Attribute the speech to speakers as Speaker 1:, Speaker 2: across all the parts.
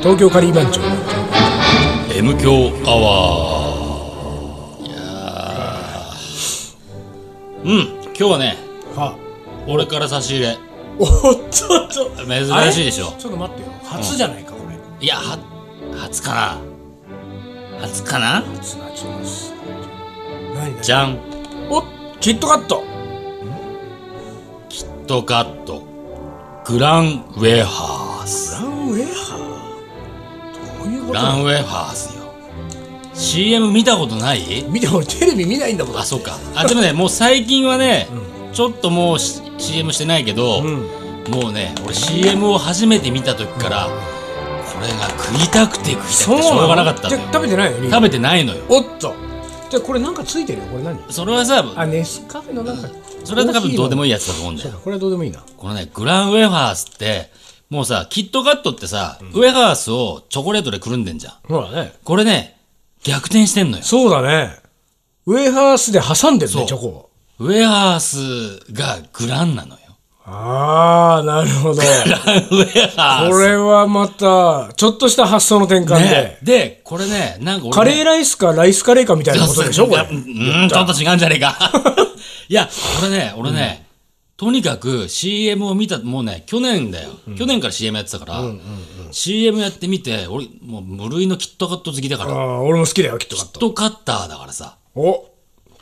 Speaker 1: 東京カリー番長
Speaker 2: M 強アワーいやーうん今日はね
Speaker 1: は
Speaker 2: 俺から差し入れ
Speaker 1: おっとっと
Speaker 2: 珍しいでしょ
Speaker 1: ちょっと待ってよ初じゃないか、これ
Speaker 2: いやは初かな初かな
Speaker 1: 初な気がする何
Speaker 2: じゃん
Speaker 1: おっキットカット
Speaker 2: キットカットグランウェハース
Speaker 1: ランウェハーどういうこ
Speaker 2: グ
Speaker 1: と
Speaker 2: ランウェハースよ CM 見たことない
Speaker 1: 見て俺テレビ見ないんだもん
Speaker 2: あそうかあでもねもう最近はね、ちょっともうし CM してないけど、
Speaker 1: ん
Speaker 2: もうね俺 CM を初めて見た時から、これが食いたくて食いたくてし
Speaker 1: そうなの
Speaker 2: ょうがなかったん
Speaker 1: じ
Speaker 2: だ
Speaker 1: ゃ
Speaker 2: よ
Speaker 1: 食べてないよリーダ
Speaker 2: 食
Speaker 1: ー
Speaker 2: べてないのよ
Speaker 1: おっとじゃあこれなんかついてるよこれ何
Speaker 2: それはさ
Speaker 1: あネスカフェのなんか
Speaker 2: それは多分どうでも
Speaker 1: いい
Speaker 2: いいやつだと思うんだ
Speaker 1: そう
Speaker 2: よ
Speaker 1: だこれはどうでもいいな
Speaker 2: このねグランウェハースってもうさキットカットってさ、ウェハースをチョコレートでくるんでんじゃん
Speaker 1: ほらね
Speaker 2: これね逆転してんのよ
Speaker 1: そうだねウェハースで挟んでる
Speaker 2: そ
Speaker 1: ね
Speaker 2: う
Speaker 1: チョコを
Speaker 2: ウェハースがグラン なのよ
Speaker 1: ああなるほど
Speaker 2: グランウェハース
Speaker 1: これはまたちょっとした発想の転換で、
Speaker 2: ね、で、これね、なんか俺ね、
Speaker 1: カレーライスかライスカレーかみたいなことでしょこれ
Speaker 2: うーん、ちょっと違うんじゃねえ か。いや、これね、俺ね、とにかく CM を見た、もうね、去年だよ。去年から CM やってたから、CM やってみて、俺、もう無類のキットカット好きだか
Speaker 1: あ
Speaker 2: ら、
Speaker 1: あ俺も好きだよキットカッ
Speaker 2: キッ
Speaker 1: ト
Speaker 2: トカッターだからさ。
Speaker 1: お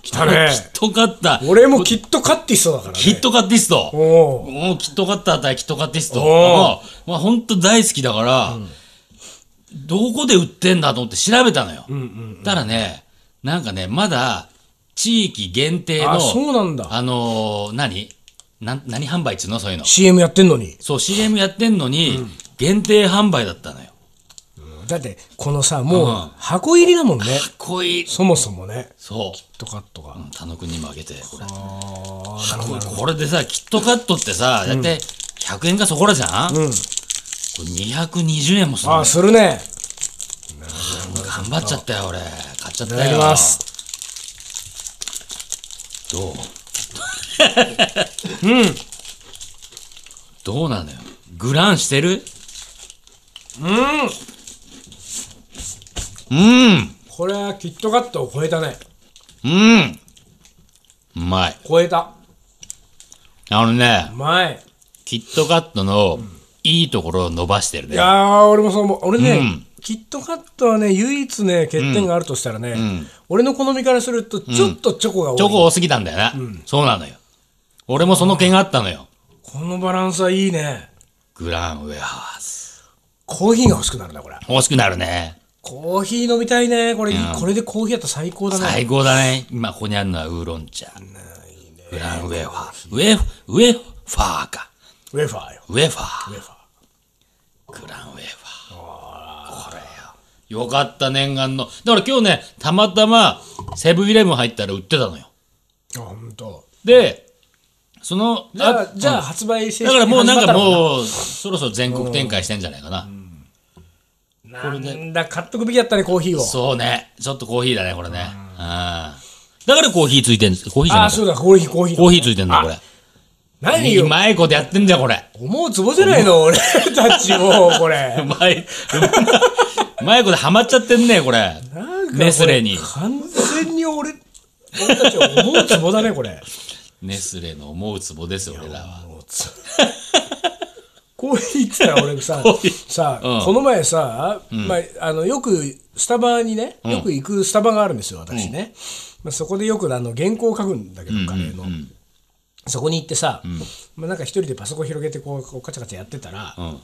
Speaker 1: 来た
Speaker 2: 俺
Speaker 1: ね
Speaker 2: キ ットカッター。
Speaker 1: 俺もキットカッティストだからね
Speaker 2: キットカッティスト。
Speaker 1: おー
Speaker 2: もうキットカッター対キットカッティスト。
Speaker 1: お
Speaker 2: もう、まあ、ほんと大好きだから、どこで売ってんだと思って調べたのよ。たらね、なんかね、まだ、地域限定の、
Speaker 1: あそうなんだ
Speaker 2: あのー何なん何販売っつうのそういうの。
Speaker 1: CM やってんのに
Speaker 2: そう、CM やってんのに、限定販売だったのよ。
Speaker 1: だってこのさもう
Speaker 2: うん
Speaker 1: 箱入りだもんね
Speaker 2: こいい。
Speaker 1: そもそもね
Speaker 2: そ
Speaker 1: キットカットが
Speaker 2: う。佐野くんにもあげて、これ。これこれでさ、キットカットってさ、だいたい100円かそこらじゃん、これ220円もするの
Speaker 1: あ
Speaker 2: よ
Speaker 1: あするね
Speaker 2: 頑張っちゃったよ俺買っちゃっ
Speaker 1: い
Speaker 2: た
Speaker 1: た
Speaker 2: よ
Speaker 1: だきます
Speaker 2: どうどうなのよグランしてるうん
Speaker 1: これはキットカットを超えたね
Speaker 2: うんうんうまい
Speaker 1: 超えた
Speaker 2: あのね
Speaker 1: 前
Speaker 2: キットカットのいいところを伸ばしてる
Speaker 1: い
Speaker 2: ね
Speaker 1: やー俺もそう思う俺ね、
Speaker 2: うん
Speaker 1: キットカットはね唯一ね欠点があるとしたらね、
Speaker 2: ん
Speaker 1: 俺の好みからするとちょっとチョコが多い、
Speaker 2: チョコ多すぎたんだよな、そうなのよ俺もその件があったのよ
Speaker 1: このバランスはいいね
Speaker 2: グランウェハース
Speaker 1: コーヒーが欲しくなるなこれ
Speaker 2: 欲しくなるね
Speaker 1: コーヒー飲みたいねこれ、これでコーヒーやったら最高だね
Speaker 2: 最高だね。今、ここにあるのはウーロン茶。グランウェファー。ウェフ、ウェファーか。
Speaker 1: ウェファーよ
Speaker 2: ウェファ
Speaker 1: ウェファー
Speaker 2: ー。グランウェファー。これよ。よかった、念願の。だから今日ね、たまたま、セブンイレブン入ったら売ってたのよ。
Speaker 1: あ本当。
Speaker 2: で、その、
Speaker 1: じゃあじゃあ
Speaker 2: うん
Speaker 1: 発売正
Speaker 2: だ
Speaker 1: 式
Speaker 2: か
Speaker 1: に
Speaker 2: らもう
Speaker 1: 始ま
Speaker 2: なん
Speaker 1: ったの
Speaker 2: か
Speaker 1: か
Speaker 2: もう、そろそろ全国展開してんじゃないかな。
Speaker 1: ななんだ買っとくべきだったねコーヒーを
Speaker 2: そうね。ちょっとコーヒーだね、これね。うん。だからコーヒーついてんです。コーヒーじゃ
Speaker 1: あ
Speaker 2: な
Speaker 1: あ
Speaker 2: い
Speaker 1: そうだコーヒーコーヒー
Speaker 2: コーヒーついてんだ、これ。
Speaker 1: 何
Speaker 2: う
Speaker 1: よ
Speaker 2: まいことやってんじゃん、これ。
Speaker 1: 思うツボじゃないの俺たちもうこれ
Speaker 2: う まい、うまいことハマっちゃってんね、これ。
Speaker 1: なんかこれ
Speaker 2: ネスレに。
Speaker 1: 完全に俺俺たち思うツボだねこ れ
Speaker 2: ネスレの思うツボです、俺らは。
Speaker 1: コーヒーって言ったら俺さ
Speaker 2: コーヒー
Speaker 1: さ
Speaker 2: うん
Speaker 1: この前さ、まあ、あのよくスタバにねよく行くスタバがあるんですよ私ね、まあ、そこでよくあの原稿を書くんだけどカレーの、そこに行ってさ、まあ、なんか一人でパソコン広げてこうこうカチャカチャやってたら、
Speaker 2: うん。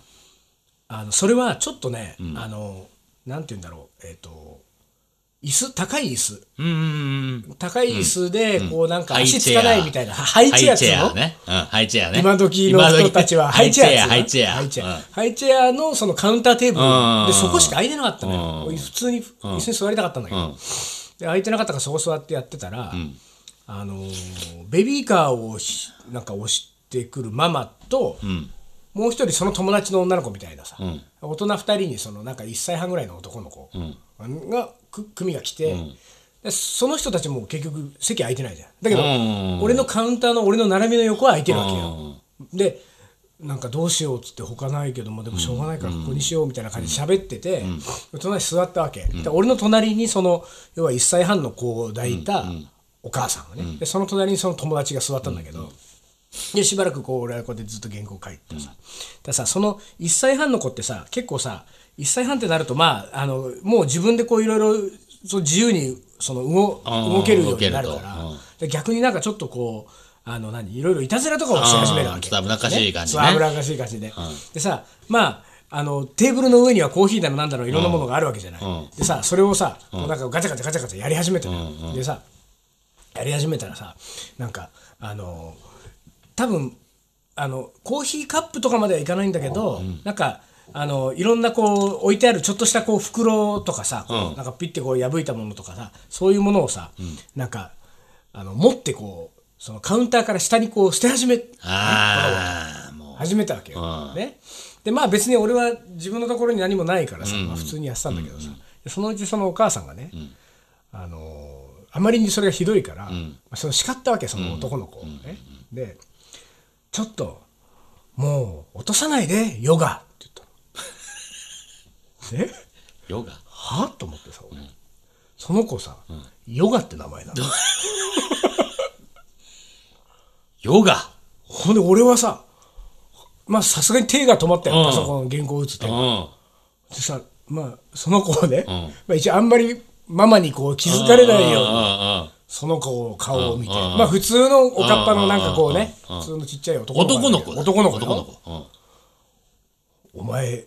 Speaker 1: あのそれはちょっとね、あのなんて言うんだろうえっ、と椅子高い椅子
Speaker 2: うんうん
Speaker 1: 高い椅子で、こうなんか
Speaker 2: ハイ
Speaker 1: 足つ
Speaker 2: チェア
Speaker 1: かないみたいな、ハイ
Speaker 2: うん。ハイ
Speaker 1: チ
Speaker 2: チ
Speaker 1: ェアっつう
Speaker 2: ェ
Speaker 1: の
Speaker 2: アね。うん、ハイチェアね。
Speaker 1: 今時の人たちはハイチェアっつうの
Speaker 2: ハイチェア、ハ
Speaker 1: ハ
Speaker 2: イ
Speaker 1: イ
Speaker 2: チ
Speaker 1: チ
Speaker 2: ェ
Speaker 1: ェ
Speaker 2: ア。
Speaker 1: アハイチェアのそのカウンターテーブルで
Speaker 2: うん
Speaker 1: そこしか空いてなかったの
Speaker 2: う
Speaker 1: よ普通に椅子に座りたかったんだけ
Speaker 2: うん
Speaker 1: どで空いてなかったからそこ座ってやってたらあのーベビーカーをひなんか押してくるママともう一人その友達の女の子みたいなさ
Speaker 2: ん
Speaker 1: 大人2人にそのなんか1歳半ぐらいの男の子がく組が来てでその人たちも結局席空いてないじゃんだけど
Speaker 2: うん
Speaker 1: 俺のカウンターの俺の並びの横は空いてるわけよ
Speaker 2: うん
Speaker 1: でなんかどうしようっつって他ないけどもでもしょうがないからここにしようみたいな感じで喋ってて、隣に座ったわけ、で俺の隣にその要は1歳半の子を抱いたお母さんがね、でその隣にその友達が座ったんだけど、でしばらくこう俺はこうやってずっと原稿書いてさ、ださその1歳半の子ってさ結構さ1歳半ってなるとまああのもう自分でこういろいろそう自由にその動
Speaker 2: あー
Speaker 1: 動けるようになるか
Speaker 2: 動けるとうん
Speaker 1: らで逆になんかちょっとこうあの何いろいろいたずらとかをし始めるわ
Speaker 2: あー
Speaker 1: け
Speaker 2: ちょっと危なっかしい感じね
Speaker 1: そう危なっかしい感じで、でさまああのテーブルの上にはコーヒーだのなんだろういろんなものがあるわけじゃない、
Speaker 2: うん
Speaker 1: でさそれをさ、こうなんかガチャガチャガチャガチャやり始めてる、でさやり始めたらさなんかあの多分あのコーヒーカップとかまではいかないんだけど、なんかあのいろんなこう置いてあるちょっとしたこう袋とかさ、こうなんかピッてこう破いたものとかさそういうものをさ、なんかあの持ってこうそのカウンターから下にこう捨て始め
Speaker 2: ああ、も
Speaker 1: 始めたわけよ。
Speaker 2: うん
Speaker 1: ね、でまあ別に俺は自分のところに何もないからさ、まあ普通にやってたんだけどさ、でそのうちそのお母さんがね、あのーあまりにそれがひどいから、まあその叱ったわけその男の子をね。でちょっともう落とさないでヨガって言ったの。 ね
Speaker 2: う、ヨガ。
Speaker 1: はと思ってさ俺、その子さ、ヨガって名前なの。
Speaker 2: ヨガ
Speaker 1: ほんで俺はさまあさすがに手が止まったよ、
Speaker 2: うん
Speaker 1: パソコン原稿打つって
Speaker 2: う。ん。
Speaker 1: でさまあその子をね、
Speaker 2: ん
Speaker 1: まあ、一応あんまりママにこう気づかれないように
Speaker 2: よ。
Speaker 1: その子を顔を見て、
Speaker 2: うんうん
Speaker 1: まあ普通のおかっぱのなんかこうね、普通のちっちゃい男の子
Speaker 2: 男の子だ。
Speaker 1: 男の子よ
Speaker 2: 男の子。うん
Speaker 1: お前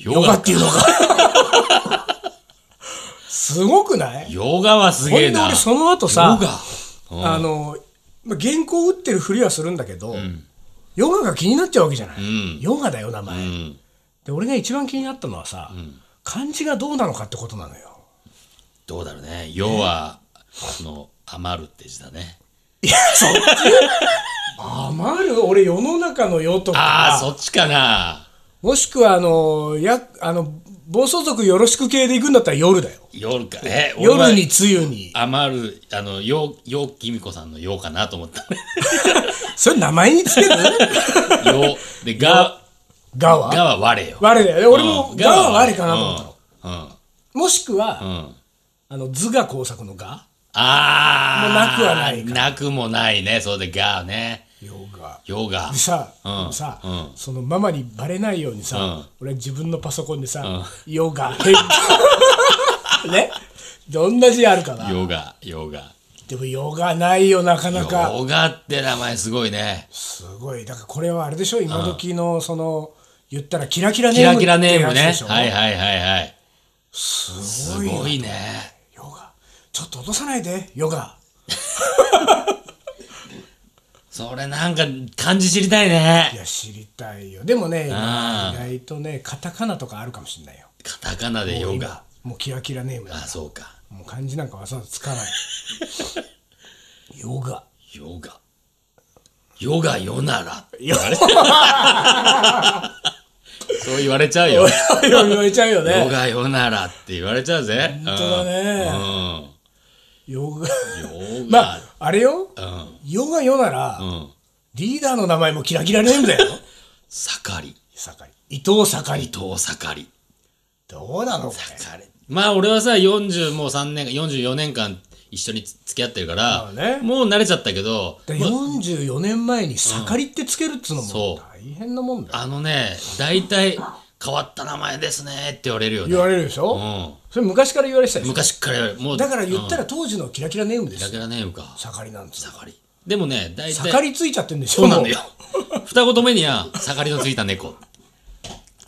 Speaker 2: ヨ
Speaker 1: ヨガ
Speaker 2: ガ
Speaker 1: っ
Speaker 2: か
Speaker 1: ていうの かすごくない
Speaker 2: ヨガはす
Speaker 1: ほん
Speaker 2: げえ
Speaker 1: で
Speaker 2: な。
Speaker 1: 俺その後
Speaker 2: ヨ
Speaker 1: さ
Speaker 2: ガ。
Speaker 1: あの、まあ、原稿打ってるふりはするんだけど、ヨガが気になっちゃうわけじゃない、ヨガだよ名前、
Speaker 2: うん。
Speaker 1: で俺が一番気になったのはさ、漢字がどうなのかってことなのよ
Speaker 2: どうだろうね。ヨは、その、余るって字だね。
Speaker 1: 余る俺世の中の世と
Speaker 2: あ
Speaker 1: か
Speaker 2: あ、そっちかな。
Speaker 1: もしくはあのやあの暴走族よろしく系で行くんだったら夜だよ
Speaker 2: 夜か。え、俺は
Speaker 1: 夜に。梅雨に
Speaker 2: 余る、あの、よう、ようきみこさんのようかなと思った。
Speaker 1: それ名前につける
Speaker 2: よう。で、が、
Speaker 1: ガ
Speaker 2: が
Speaker 1: は
Speaker 2: は我よ。
Speaker 1: 我だよね俺も
Speaker 2: うん
Speaker 1: ガは我かなと思ったの
Speaker 2: うん。
Speaker 1: もしくは、
Speaker 2: うん。うん
Speaker 1: あの図画工作の画
Speaker 2: ああ。
Speaker 1: もうなくはないか
Speaker 2: なくもないね。それでがね。
Speaker 1: ヨガ
Speaker 2: ヨガ
Speaker 1: で。さ、
Speaker 2: うん
Speaker 1: さ、
Speaker 2: うん
Speaker 1: そのママにバレないようにさ、
Speaker 2: うん
Speaker 1: 俺自分のパソコンでさ、ヨガ変化 ねどんな字あるかな
Speaker 2: ヨガ、ヨガ。
Speaker 1: でもヨガないよなかなか
Speaker 2: ヨガって名前すごいね。
Speaker 1: すごいだからこれはあれでしょ今時のその言ったらキラキラネ
Speaker 2: キ
Speaker 1: ー
Speaker 2: ラ
Speaker 1: ムって
Speaker 2: キラネー
Speaker 1: や
Speaker 2: ム
Speaker 1: つで
Speaker 2: ね
Speaker 1: しょ。
Speaker 2: はいはいはいはい。
Speaker 1: す
Speaker 2: す
Speaker 1: ごい
Speaker 2: ご
Speaker 1: よ
Speaker 2: いね。
Speaker 1: ヨガちょっと落とさないでヨガ
Speaker 2: それなんか漢字知りたいね
Speaker 1: い。や知りたいよでもね意
Speaker 2: あー
Speaker 1: 外とねカタカナとかあるかもしれないよ
Speaker 2: カタカナでヨガ。
Speaker 1: もうキラキラネームだ
Speaker 2: あ、そうか。
Speaker 1: もう漢字なんかわざわざつかない ヨガ
Speaker 2: ヨガ。ヨガヨなら。
Speaker 1: いや
Speaker 2: そう言われちゃ うよ。
Speaker 1: 言われちゃうよ
Speaker 2: ヨ
Speaker 1: ね
Speaker 2: ガヨならって言われちゃうぜ。本
Speaker 1: 当だ
Speaker 2: ね。
Speaker 1: ヨガ
Speaker 2: うん。ヨ
Speaker 1: ま
Speaker 2: ガ
Speaker 1: あ。あれよ
Speaker 2: うん。
Speaker 1: ヨガヨなら
Speaker 2: うん。
Speaker 1: リーダーの名前もキラキラネーム だよ
Speaker 2: 盛り。
Speaker 1: 酒井伊藤酒
Speaker 2: 伊
Speaker 1: 井
Speaker 2: 藤盛り。
Speaker 1: どうなのこれ
Speaker 2: 彼まあ俺はさ40もう3年間44年間一緒に付き合ってるから、
Speaker 1: まあね
Speaker 2: もう慣れちゃったけど
Speaker 1: で44年前に「盛り」ってつけるっつうのも
Speaker 2: そう
Speaker 1: 大変なもんだよ、
Speaker 2: あのね大体変わった名前ですねって言われるよね
Speaker 1: 言われるでしょ、
Speaker 2: う
Speaker 1: それ昔から言われてたで
Speaker 2: ん、
Speaker 1: しょ
Speaker 2: 昔から言われるもう
Speaker 1: だから言った
Speaker 2: ら、
Speaker 1: ら当時のキラキラネームで
Speaker 2: うん、だ
Speaker 1: すよ
Speaker 2: けだねうか
Speaker 1: 盛りなんですよ
Speaker 2: 盛りでもね大体
Speaker 1: 盛りついちゃってんでしょ
Speaker 2: そうなんだよ
Speaker 1: も
Speaker 2: 二言目には盛りのついた猫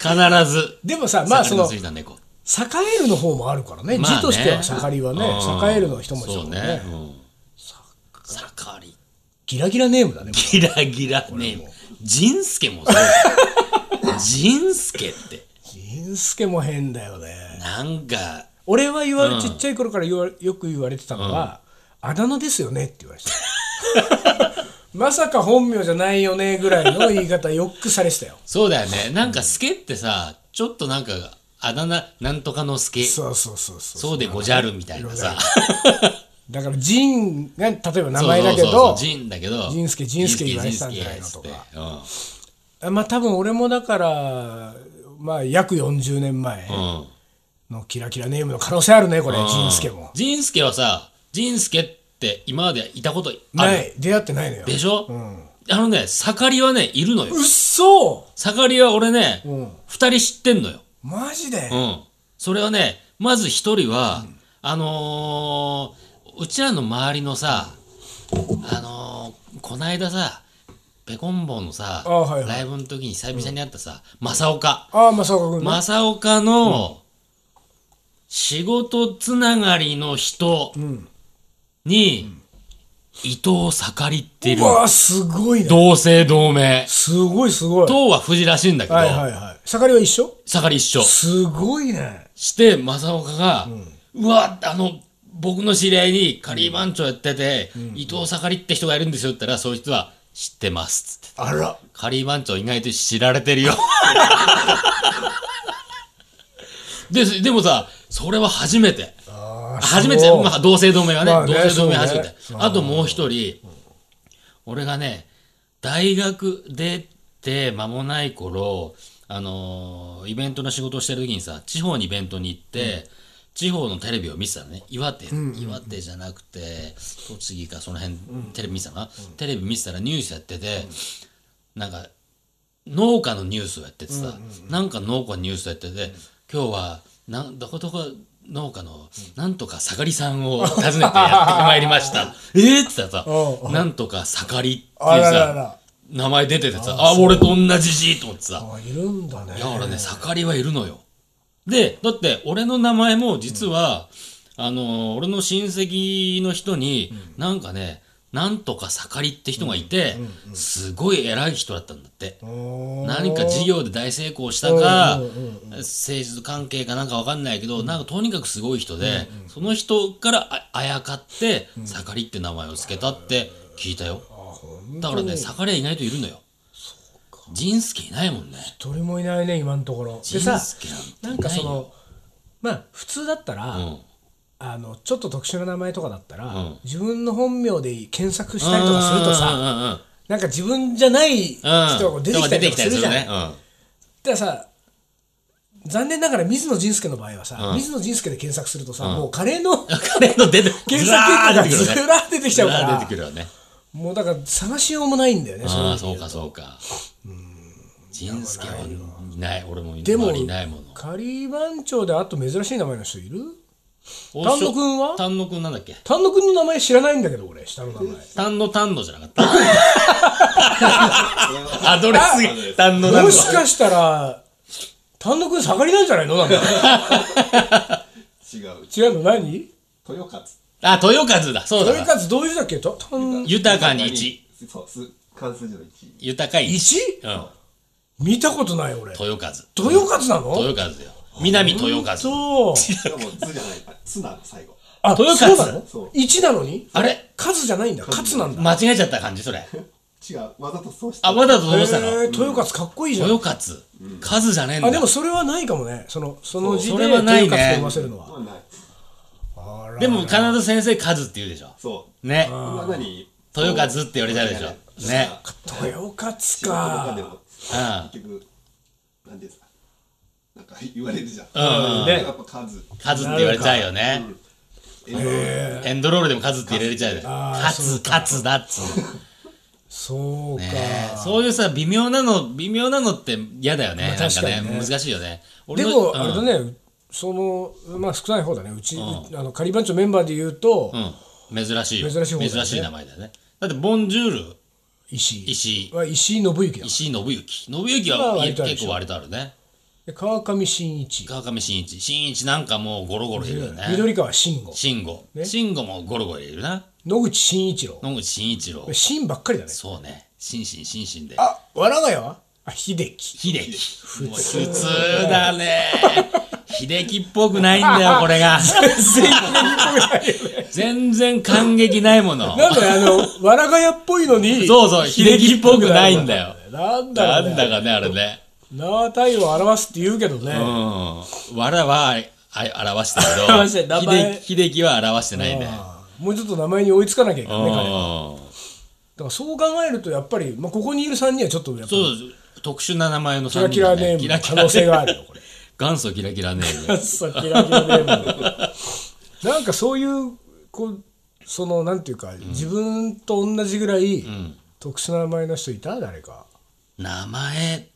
Speaker 2: 必ず
Speaker 1: うでもさまあそ
Speaker 2: 盛りの
Speaker 1: の
Speaker 2: つい
Speaker 1: 栄
Speaker 2: た猫
Speaker 1: えるの方もあるからね,、
Speaker 2: まあね
Speaker 1: 字としては盛りはね栄えるの一文字だも
Speaker 2: そうんね
Speaker 1: ね
Speaker 2: うん盛り
Speaker 1: ギラギラネームだね
Speaker 2: ギラギラネーム。仁助もそうだよ。仁助って、
Speaker 1: 仁助も変だよね
Speaker 2: なんか、
Speaker 1: 俺は言われ、ちっちゃい頃から言われよく言われてたのは、あだ名ですよねって言われてた まさか本名じゃないよねぐらいの言い方よくされてたよ
Speaker 2: そうだよね。なんか助ってさ、ちょっとなんか、あだ名、なんとかの助。
Speaker 1: そうそうそうそう
Speaker 2: そうでごじゃるみたいなさ。
Speaker 1: だから仁が例えば名前だけ
Speaker 2: そうそうそうそ
Speaker 1: ど
Speaker 2: う仁だけど。
Speaker 1: 仁助仁助言われてたんじゃ
Speaker 2: 仁
Speaker 1: ないのとか
Speaker 2: 仁助うん
Speaker 1: あまあ多分俺もだから、まあ約40年前
Speaker 2: うん。
Speaker 1: のキラキラネームの可能性あるね、これ、仁助も。
Speaker 2: 仁助はさ、仁助って今までいたことある。
Speaker 1: ない、出会ってないのよ。
Speaker 2: でしょ、あのね、盛りはね、いるのよ。
Speaker 1: うっそ
Speaker 2: 盛りは俺ね、二、
Speaker 1: ん
Speaker 2: 人知ってんのよ。
Speaker 1: マジで、
Speaker 2: うん。それはね、まず一人は、あのーうちらの周りのさ、あのーこないださ、ペコンボのさ、
Speaker 1: あはいはい
Speaker 2: ライブの時に久々に会ったさ、正岡。
Speaker 1: ああ、正岡君ね。
Speaker 2: 正岡の仕事つながりの人に伊藤盛りっていうる
Speaker 1: わあ、すごいね。
Speaker 2: 同姓同名
Speaker 1: すごいすごい。
Speaker 2: 当は富士らしいんだけど
Speaker 1: はいはいはい。盛りは一緒
Speaker 2: 盛り一緒
Speaker 1: すごいね。
Speaker 2: して正岡がうわあの僕の知り合いにカリー番長やってて伊藤盛りって人がいるんですよって言ったらそいつは知ってますっつって
Speaker 1: あら。
Speaker 2: カリー番長意外と知られて るよ。ででもさ、それは初めて。初めてだよ、
Speaker 1: そう
Speaker 2: まあ、同姓同名はね、
Speaker 1: まあね
Speaker 2: 同姓同名初めて。
Speaker 1: そうね
Speaker 2: あともう一人、俺がね、大学出て間もない頃、あのーイベントの仕事をしてる時にさ、地方にイベントに行って、地方のテレビを見てたのね、岩手、岩手じゃなくて、栃木かその辺、テレビ見てたのかな、テレビ見てたらニュースやってて、なんか、農家のニュースをやっててさ、なんか農家のニュースやってて、今日はなんどこどこ農家のなんとか盛りさんを訪ねてやってまいりました えっって言ったら
Speaker 1: う
Speaker 2: さなんとか盛りって
Speaker 1: あ
Speaker 2: いう
Speaker 1: ららら
Speaker 2: さ
Speaker 1: ら
Speaker 2: 名前出ててさあ俺と同じじと思ってさ
Speaker 1: あいるんだね。
Speaker 2: いや俺ね盛りはいるのよでだって俺の名前も実は、あの俺の親戚の人に、なんかねなんとか盛りって人がいて、すごい偉い人だったんだって。
Speaker 1: おー
Speaker 2: 何か事業で大成功したか、政治関係かなんかわかんないけど、なんかとにかくすごい人で、その人からああやかって、盛りって名前を付けたって聞いたよ。だからね、盛りは意外といるのよ。仁助いないもんね。
Speaker 1: 一人もいないね、今のところ。で
Speaker 2: 仁
Speaker 1: さ、
Speaker 2: 助
Speaker 1: な
Speaker 2: なんん
Speaker 1: か
Speaker 2: か
Speaker 1: そ
Speaker 2: いないよ
Speaker 1: の、まあ、普通だったら、
Speaker 2: うん。
Speaker 1: あの、ちょっと特殊な名前とかだったら、
Speaker 2: ん
Speaker 1: 自分の本名で検索したりとかするとさ、
Speaker 2: さ、
Speaker 1: なんか自分じゃない人
Speaker 2: うんうんうん。
Speaker 1: がこう出てきたりとかするじゃん。
Speaker 2: ね。うん
Speaker 1: だからさ残念ながら水野仁助の場合はさ、水野仁助で検索するとさ、もうカレ ーの
Speaker 2: 彼の出て、
Speaker 1: 検索
Speaker 2: ず
Speaker 1: 結
Speaker 2: ら
Speaker 1: 果
Speaker 2: ー
Speaker 1: が
Speaker 2: 出てくる
Speaker 1: ず
Speaker 2: よね。
Speaker 1: らー出てきちゃうか
Speaker 2: ずら
Speaker 1: ら
Speaker 2: ー出てくるよね。
Speaker 1: もうだから探しようもないんだよね
Speaker 2: ああ
Speaker 1: そ
Speaker 2: そう
Speaker 1: いう
Speaker 2: かそうか仁助はいない俺も
Speaker 1: でも
Speaker 2: 周りいないもの
Speaker 1: 仮番長であと珍しい名前の人いる
Speaker 2: おし
Speaker 1: 丹
Speaker 2: ょ
Speaker 1: 野くんは
Speaker 2: 丹野くんなんだっけ
Speaker 1: 丹野くんの名前知らないんだけど俺下の名前
Speaker 2: 丹野丹野じゃなかった アドレスが丹野丹
Speaker 1: も
Speaker 2: 野
Speaker 1: しかしたら丹野くん盛りなんじゃないの なんだ
Speaker 3: 違う。
Speaker 1: 違うの何
Speaker 3: 豊勝。
Speaker 2: あ豊和だそう
Speaker 1: それ
Speaker 2: だ
Speaker 1: かつどういう字だっけた丹
Speaker 2: 豊かに一。
Speaker 3: そう、す、関数字の一。
Speaker 2: 豊かい一
Speaker 1: 1?
Speaker 2: うん
Speaker 1: 見たことない俺
Speaker 2: 豊和
Speaker 1: 豊和なの
Speaker 2: 豊和だよ南豊和
Speaker 1: そう
Speaker 3: でも、図じゃない。つなの最後。
Speaker 1: あ、
Speaker 2: 豊
Speaker 1: そうな
Speaker 2: 勝
Speaker 1: の
Speaker 3: そう
Speaker 1: ?1 なのに
Speaker 2: あれ
Speaker 1: 数じゃないんだ。勝なんだ。
Speaker 2: 間違えちゃった感じそれ
Speaker 3: 違う。わざとそうした。
Speaker 2: あわざと
Speaker 1: え
Speaker 2: どうしたの
Speaker 1: ー、豊勝かっこいいじゃん。
Speaker 2: 豊和和じゃねえんだ
Speaker 1: あ、でもそれはないかもね。その、その字
Speaker 2: そ
Speaker 1: で
Speaker 2: れは
Speaker 1: 豊
Speaker 2: ないね
Speaker 1: 勝と読ませるのは。
Speaker 3: まあない。
Speaker 1: あら
Speaker 2: でも必ず先生和って言うでしょ
Speaker 3: そう。
Speaker 2: ね
Speaker 3: 今何
Speaker 2: 豊和って言われちゃうでしょね
Speaker 1: 豊勝
Speaker 3: か。で
Speaker 1: か。
Speaker 3: も、
Speaker 2: うん
Speaker 3: 結局、なんていうんですか。なんか言われるじゃん。
Speaker 2: うんうん
Speaker 1: ね
Speaker 3: やっぱ数。
Speaker 2: 数って言われちゃうよね。
Speaker 3: え
Speaker 2: エンドロールでも数って入れられちゃうよ。数、数だっつうの
Speaker 1: そうか。
Speaker 2: ね。そういうさ、微妙なの、微妙なのって嫌だよね。なん
Speaker 1: 確
Speaker 2: か
Speaker 1: かに
Speaker 2: ね
Speaker 1: ね、
Speaker 2: 難しいよね。俺
Speaker 1: で
Speaker 2: の
Speaker 1: も、
Speaker 2: うん
Speaker 1: あれだね、その、まあ少ない方だね。うち、うあの、仮番長メンバーで言うと、
Speaker 2: うん。珍しいよ。
Speaker 1: 珍しい方だね
Speaker 2: 珍しい名前だよね。だって、ボンジュール、
Speaker 1: 石井。
Speaker 2: 石井、
Speaker 1: は石井信之だ。
Speaker 2: 石井信之。信之
Speaker 1: まあ
Speaker 2: は
Speaker 1: 割とあるでしょ
Speaker 2: 結構割とあるね。
Speaker 1: で川上真一。
Speaker 2: 川上真一。真一なんかもうゴロゴロいるよね。
Speaker 1: 緑川慎吾。
Speaker 2: 慎吾。慎吾もゴロゴロいるな。
Speaker 1: 野口真一郎。
Speaker 2: 野口真一郎。
Speaker 1: 真ばっかりだね。
Speaker 2: そうね。心身心身で。
Speaker 1: あ、わらがやはあ、秀樹。
Speaker 2: 秀樹。普通だね。秀樹っぽくないん だよ、これが。
Speaker 1: 全然秀樹っぽくないよね。
Speaker 2: 全然感激ないもの。
Speaker 1: なんだよ、あの、わらがやっぽいのに。
Speaker 2: そうそう秀樹っぽくないんだよ。
Speaker 1: なんだろう
Speaker 2: な
Speaker 1: んね。
Speaker 2: だかね、あれね。
Speaker 1: 名体を表すって言うけど
Speaker 2: う
Speaker 1: ね。
Speaker 2: ん。わらは、あ表して
Speaker 1: 表して
Speaker 2: る
Speaker 1: 名
Speaker 2: けど、
Speaker 1: 前
Speaker 2: 秀樹秀樹は表してないね。
Speaker 1: もうちょっと名前に追いつかなきゃいけ
Speaker 2: う
Speaker 1: ないね彼は。だ
Speaker 2: ん。
Speaker 1: からそう考えると、やっぱり、まあ、ここにいる3人はちょっとやっぱ
Speaker 2: そ
Speaker 1: り
Speaker 2: う、特殊な名前の
Speaker 1: キラ
Speaker 2: 3
Speaker 1: キ
Speaker 2: 人だ
Speaker 1: ラ
Speaker 2: ね
Speaker 1: ネームの可能性があるよ、これ。
Speaker 2: 元祖キラキラネーム
Speaker 1: そうキラキラネーム。なんかそういう、こう、その、なんていうか、自分と同じぐらい、特殊な名前の人いた誰か。
Speaker 2: 名前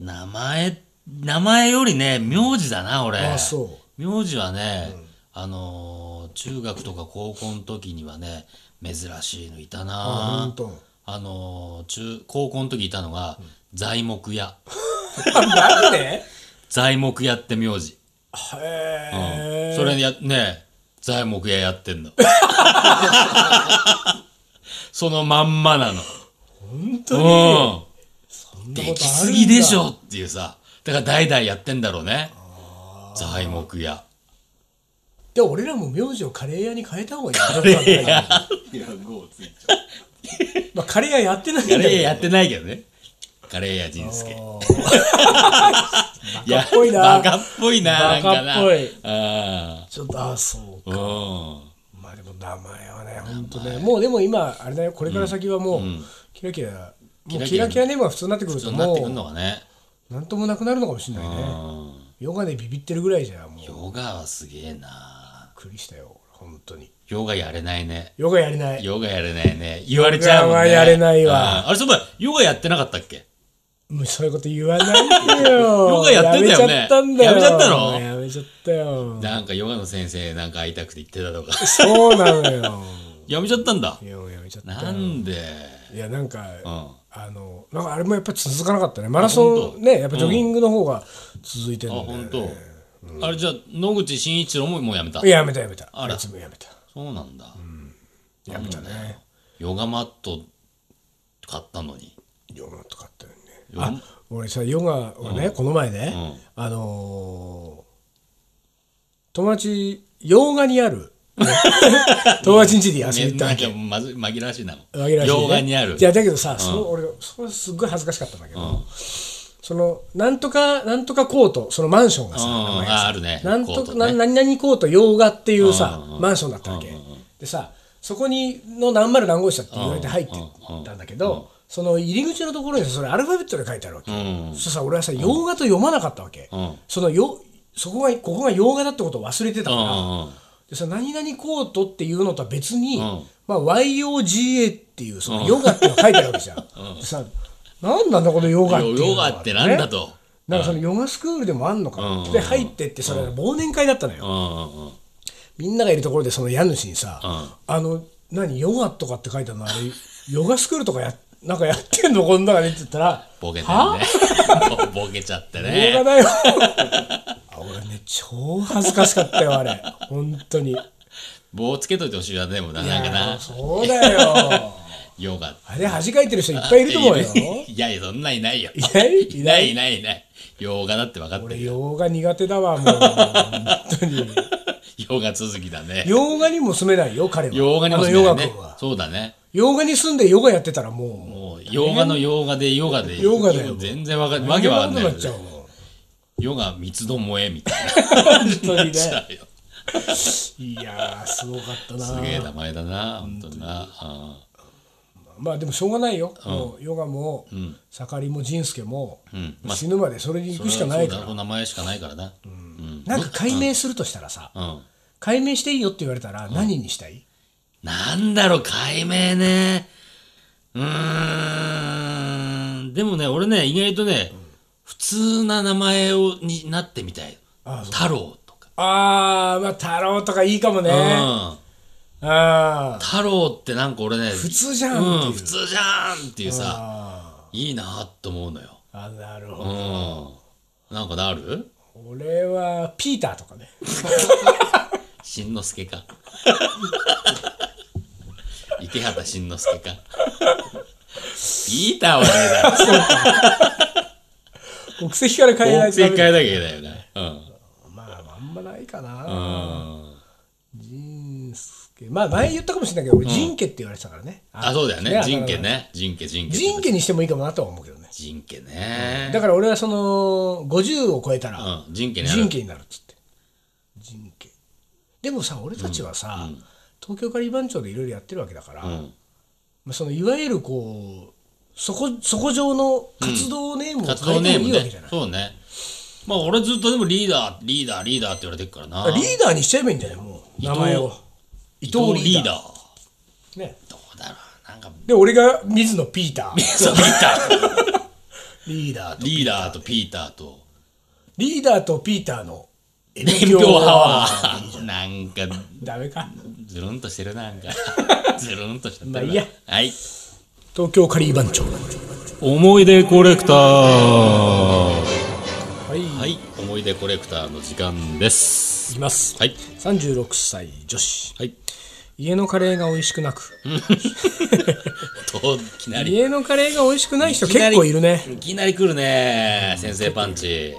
Speaker 2: 名前名前よりね名字だな俺
Speaker 1: あそ
Speaker 2: 名字はね、あのー中学とか高校の時にはね珍しいのいた
Speaker 1: あ
Speaker 2: な
Speaker 1: 本当
Speaker 2: あのー中高校の時いたのが、材木屋
Speaker 1: なんで
Speaker 2: 材木屋って名字、
Speaker 1: へ
Speaker 2: それやね材木屋やってん のそのまんまなの
Speaker 1: 本当に
Speaker 2: うん
Speaker 1: そんな
Speaker 2: で
Speaker 1: こと
Speaker 2: き
Speaker 1: ある
Speaker 2: す
Speaker 1: んだ
Speaker 2: ぎでしょっていうさだから代々やってんだろうね材木屋
Speaker 1: で俺らも名字をカレー屋に変えた方がいいカレー屋、
Speaker 3: いや、5をついちゃう。
Speaker 1: まあ、カレー屋やってないん
Speaker 2: カ
Speaker 1: だ
Speaker 2: レー屋
Speaker 1: け
Speaker 2: やってないけどねカレー屋 仁助
Speaker 1: ど
Speaker 2: いや
Speaker 1: バカっぽいな
Speaker 2: バカっぽいななんかな
Speaker 1: バカっぽい
Speaker 2: あ
Speaker 1: ちょっとああそう
Speaker 2: あうん
Speaker 1: まあでも名前はね本当ねもうでも今あれだよこれから先はもう、キラキラもうキラキラネームが普通になってくる
Speaker 2: そ
Speaker 1: と
Speaker 2: うなっ
Speaker 1: も
Speaker 2: てくんの
Speaker 1: う
Speaker 2: がね
Speaker 1: なんともなくなるのかもしれないうね
Speaker 2: ん
Speaker 1: ヨガでビビってるぐらいじゃもうびっ
Speaker 2: ヨガはすげえな
Speaker 1: くりしたよ本当に
Speaker 2: ヨガやれないね
Speaker 1: ヨガやりない
Speaker 2: ヨガやれないね言われちゃうもんね
Speaker 1: ヨガはやれないわ
Speaker 2: うんあれそうだヨガやってなかったっけ
Speaker 1: もうそういうこと言わないでよ
Speaker 2: ヨガやってんだよね
Speaker 1: やめちゃったんだよ
Speaker 2: やめちゃったの
Speaker 1: やめちゃったよ
Speaker 2: なんかヨガの先生なんか会いたくて言ってたとか
Speaker 1: そうなの よ
Speaker 2: やめちゃったんだ
Speaker 1: いややめちゃったよ
Speaker 2: なんで
Speaker 1: いやなんか、
Speaker 2: うん
Speaker 1: あのなんかあれもやっぱ続かなかったねマラソンねやっぱジョギングの方が続いてるん
Speaker 2: あ
Speaker 1: だよね
Speaker 2: 本当。あれじゃあ野口真一郎ももうやめた
Speaker 1: いややめたやめた
Speaker 2: あら
Speaker 1: いつもやめた
Speaker 2: そうなんだ
Speaker 1: やめたね
Speaker 2: ヨガマット買ったのに
Speaker 1: ヨガとかってね
Speaker 2: ヨガ
Speaker 1: 俺さヨガをね、この前ね、あのー友達洋画にある友達ん家で遊びに行ったわ
Speaker 2: なん
Speaker 1: け
Speaker 2: かまず紛らわしいな
Speaker 1: わけらしいね
Speaker 2: 洋画にある
Speaker 1: いやだけどさ、その俺それすっごい恥ずかしかったんだけど、そのなんとかなんとかコートそのマンションがさ、
Speaker 2: うん
Speaker 1: 名前がさ
Speaker 2: ああるね
Speaker 1: なん
Speaker 2: コー
Speaker 1: と
Speaker 2: ト
Speaker 1: か、
Speaker 2: ね
Speaker 1: な何々コート洋画っていうさ、マンションだったわけ、でさそこにの何丸何号車って言われて入ってったんだけど、その入り口のところにさそれアルファベットで書いてあるわけ、
Speaker 2: ん
Speaker 1: そしたらさ俺はさ洋画と読まなかったわけ、
Speaker 2: ん
Speaker 1: そのよそこがここが洋画だってことを忘れてた
Speaker 2: う
Speaker 1: か
Speaker 2: ん
Speaker 1: ら、
Speaker 2: うんうん
Speaker 1: でその何々コートっていうのとは別に、
Speaker 2: ん
Speaker 1: まあ、YOGA っていうそのヨガっていうのが書いてあるわけ じゃん。でさ何なんだこのヨガっていうのは
Speaker 2: ヨガってなんだと
Speaker 1: ねなんかそのヨガスクールでもあんのかな、で入ってってそれ忘年会だったのよ、
Speaker 2: うんうんうん
Speaker 1: みんながいるところでその家主にさ「
Speaker 2: う
Speaker 1: あの何ヨガとかって書いてあるのあれ ヨガスクールとかやなんかやってんのこの中で」って言ったら「
Speaker 2: ボケてる
Speaker 1: は
Speaker 2: ね ボケちゃって
Speaker 1: ヨガ
Speaker 2: ね
Speaker 1: だよ」 あ俺ね超恥ずかしかったよあれ本当に。
Speaker 2: 棒つけといてほしいわねでもななんか
Speaker 1: いや
Speaker 2: な
Speaker 1: そうだよ。
Speaker 2: ヨガ
Speaker 1: あれ恥かいてる人いっぱいいると思うよ。
Speaker 2: いやいやそんないないよ
Speaker 1: いない
Speaker 2: い
Speaker 1: い
Speaker 2: な
Speaker 1: ないい
Speaker 2: いないいない洋画だって分かって
Speaker 1: 俺、
Speaker 2: るよ
Speaker 1: 洋画苦手だわ、 もう。本当に。
Speaker 2: 洋画続きだね
Speaker 1: 洋画にも住めないよ、彼は。
Speaker 2: 洋画にも
Speaker 1: あ
Speaker 2: 住
Speaker 1: の
Speaker 2: め
Speaker 1: ヨ
Speaker 2: な
Speaker 1: ガ
Speaker 2: いね
Speaker 1: 君は。
Speaker 2: そうだね
Speaker 1: 洋画に住んでヨガやってたらも
Speaker 2: もう洋画の洋画でヨガで
Speaker 1: ヨガだよ
Speaker 2: 全然わか
Speaker 1: う、
Speaker 2: んわけわかん
Speaker 1: ん
Speaker 2: な
Speaker 1: ないく
Speaker 2: よ
Speaker 1: な
Speaker 2: ね
Speaker 1: っちゃうもん。
Speaker 2: ヨガ三つどもえみたい
Speaker 1: 本当
Speaker 2: な
Speaker 1: に
Speaker 2: ち
Speaker 1: ね。
Speaker 2: ゃうよ
Speaker 1: いやー、すごかった
Speaker 2: すげえ
Speaker 1: な。
Speaker 2: 名前だな本当になあ
Speaker 1: まあでもしょうがないよ。もうヨガも、盛りも仁助も、死ぬまでそれに行くしかないか
Speaker 2: そうだこ
Speaker 1: ら。
Speaker 2: の名前しかないからなうん
Speaker 1: なんか解明するとしたらさ、
Speaker 2: うん
Speaker 1: 解明していいよって言われたら何にしたい、
Speaker 2: なんだろう解明ねうーんでもね俺ね意外とね普通な名前をになってみたい太郎とか
Speaker 1: あー、まあ、太郎とかいいかもね。
Speaker 2: うん
Speaker 1: あー
Speaker 2: 太郎ってなんか俺ね
Speaker 1: 普通じゃんっていう
Speaker 2: うん普通じゃんっていうさ
Speaker 1: あ
Speaker 2: いいなと思うのよ
Speaker 1: ー。あなる
Speaker 2: う
Speaker 1: ほ
Speaker 2: んなんかなる
Speaker 1: ど。俺は、ピーターとかね。
Speaker 2: しんのすけ か池畑しんのすけかピータ ーはねえだろ
Speaker 1: 国籍から変えない
Speaker 2: 国
Speaker 1: とダ
Speaker 2: 籍
Speaker 1: メ
Speaker 2: 変えなきゃいけないよねうん
Speaker 1: まあ、あんまないか
Speaker 2: う
Speaker 1: な。
Speaker 2: ん
Speaker 1: 仁助。まあ、前言ったかもしれないけど、俺、仁家って言われてたからね。
Speaker 2: あそうだよね人
Speaker 1: 頭の中
Speaker 2: 家。ね人家人家
Speaker 1: 仁家にしてもいいかもなとは思うけどね。
Speaker 2: 人家ね
Speaker 1: だから俺はその、50を超えたら、
Speaker 2: うん人家ね
Speaker 1: 人家になるっつって人家でもさ俺たちはさ、東京から番町でいろいろやってるわけだから、まあ、そのいわゆるこうそこ、そこ上の活動ネームを
Speaker 2: 活
Speaker 1: 変
Speaker 2: 動
Speaker 1: えて
Speaker 2: ネー
Speaker 1: も
Speaker 2: ム
Speaker 1: いいわけ
Speaker 2: ね
Speaker 1: じゃない。
Speaker 2: そうねまあ俺ずっとでもリーダーリーダーリーダーって言われてるからな
Speaker 1: リーダーにしちゃえばいいんじゃないもう、
Speaker 2: 伊
Speaker 1: 名
Speaker 2: 藤
Speaker 1: 前を。伊
Speaker 2: 伊藤リーダー
Speaker 1: ー。ね。
Speaker 2: どうだろうなんか
Speaker 1: で、俺が水野ピーター。
Speaker 2: そうピーター
Speaker 1: リーダーと。
Speaker 2: リーダーとピーターと
Speaker 1: リーダーとピーター の
Speaker 2: 年表ハワー なんか
Speaker 1: ダメか。
Speaker 2: ずるんとしてるなんか ずるんとしちゃって
Speaker 1: ま
Speaker 2: るな
Speaker 1: あいいや
Speaker 2: はい
Speaker 1: 東京カリー番長。
Speaker 2: 思い出コレクターは
Speaker 1: はい。い、
Speaker 2: い思い出コレクターの時間です
Speaker 1: きます。
Speaker 2: はい
Speaker 1: 36歳女子。
Speaker 2: はい
Speaker 1: 家のカレーが美味しくなく。
Speaker 2: といきなり
Speaker 1: 家のカレーが美味しくない人
Speaker 2: いき
Speaker 1: 結
Speaker 2: なり
Speaker 1: 構いるね。
Speaker 2: いきなり来るね先生パンチ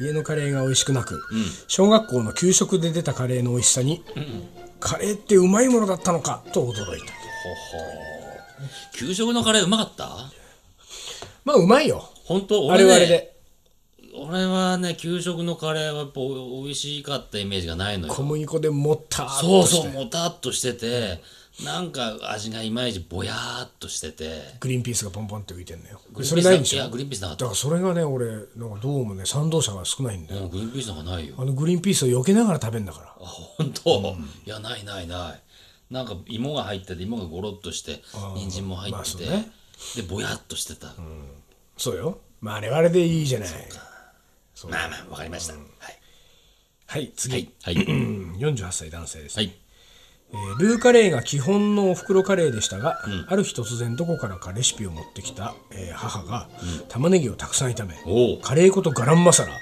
Speaker 2: うん
Speaker 1: 家のカレーが美味しくなく、小学校の給食で出たカレーの美味しさに、カレーってうまいものだったのかと驚いた
Speaker 2: 給食のカレーうまかった
Speaker 1: まあうまいよ
Speaker 2: 本当
Speaker 1: あれ
Speaker 2: 俺ね
Speaker 1: はあれで
Speaker 2: 俺はね給食のカレーはやっぱお美味しかったイメージがないのよ
Speaker 1: 小麦粉でもったーっと
Speaker 2: そう
Speaker 1: して
Speaker 2: そうもたっとしててなんか味がいまいちぼやーっとしてて
Speaker 1: グリーンピースがポンポンって浮いてんのよ
Speaker 2: グリー
Speaker 1: そ
Speaker 2: ンピ
Speaker 1: れ
Speaker 2: ー
Speaker 1: な
Speaker 2: ス
Speaker 1: いんでしょ
Speaker 2: いやグリーンピースなかった
Speaker 1: だからそれがね俺なんかどうもね賛同者が少ないんだよ、
Speaker 2: うんグリーンピースなんかないよ
Speaker 1: あのグリーンピースを避けながら食べんだから
Speaker 2: あ本当、いやないないないなんか芋が入ってて芋がゴロっとして人参も入
Speaker 1: まあ
Speaker 2: って
Speaker 1: そう
Speaker 2: て、
Speaker 1: ね
Speaker 2: でぼやっとしてた、
Speaker 1: そうよまああれはあれでいいじゃない
Speaker 2: まあまあわかりました、はい
Speaker 1: はい次、
Speaker 2: はいは い
Speaker 1: うん48歳男性です、
Speaker 2: はい
Speaker 1: えールーカレーが基本のおふくろカレーでしたが、ある日突然どこからかレシピを持ってきた、えー母が玉ねぎをたくさん炒め、
Speaker 2: おう
Speaker 1: カレー粉とガランマサラ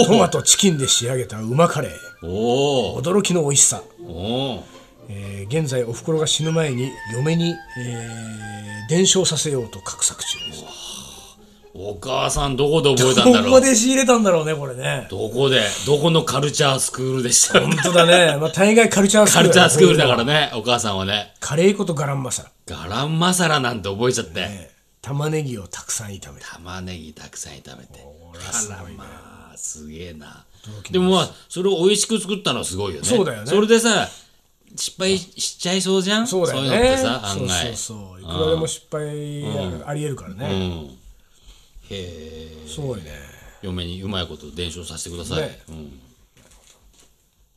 Speaker 2: お
Speaker 1: トマトチキンで仕上げたうまカレー
Speaker 2: おお
Speaker 1: 驚きの美味しさ、
Speaker 2: おお
Speaker 1: えー現在おふくろが死ぬ前に嫁に、えー伝承させようと画策中です
Speaker 2: お母さんどこで覚えたんだ
Speaker 1: こ
Speaker 2: ろ
Speaker 1: こ
Speaker 2: う
Speaker 1: で仕入れたんだろうねこれね
Speaker 2: どこでどこのカルチャースクールでした
Speaker 1: 本当だ ね、まあ、大概カルチャースク
Speaker 2: カ
Speaker 1: ール
Speaker 2: ルチャースクールだ
Speaker 1: ね
Speaker 2: からねお母さんはね
Speaker 1: カレー粉とガランマサラ、
Speaker 2: ガランマサラなんて覚えちゃって、
Speaker 1: えー玉ねぎをたくさん炒めた
Speaker 2: 玉ねぎたくさん炒めてあらまあすげえな
Speaker 1: き
Speaker 2: でもまあそれを美味しく作ったのはすごいよね
Speaker 1: そうだよね
Speaker 2: それでさ失敗しちゃいそうじゃん
Speaker 1: そうだよね。
Speaker 2: いうのってさ案
Speaker 1: そ
Speaker 2: 外
Speaker 1: うそうそう。いくらでも失敗ありえるから
Speaker 2: う
Speaker 1: ね。
Speaker 2: んへえ
Speaker 1: すごいね。
Speaker 2: 嫁にうまいこと伝承させてください、
Speaker 1: ね
Speaker 2: うん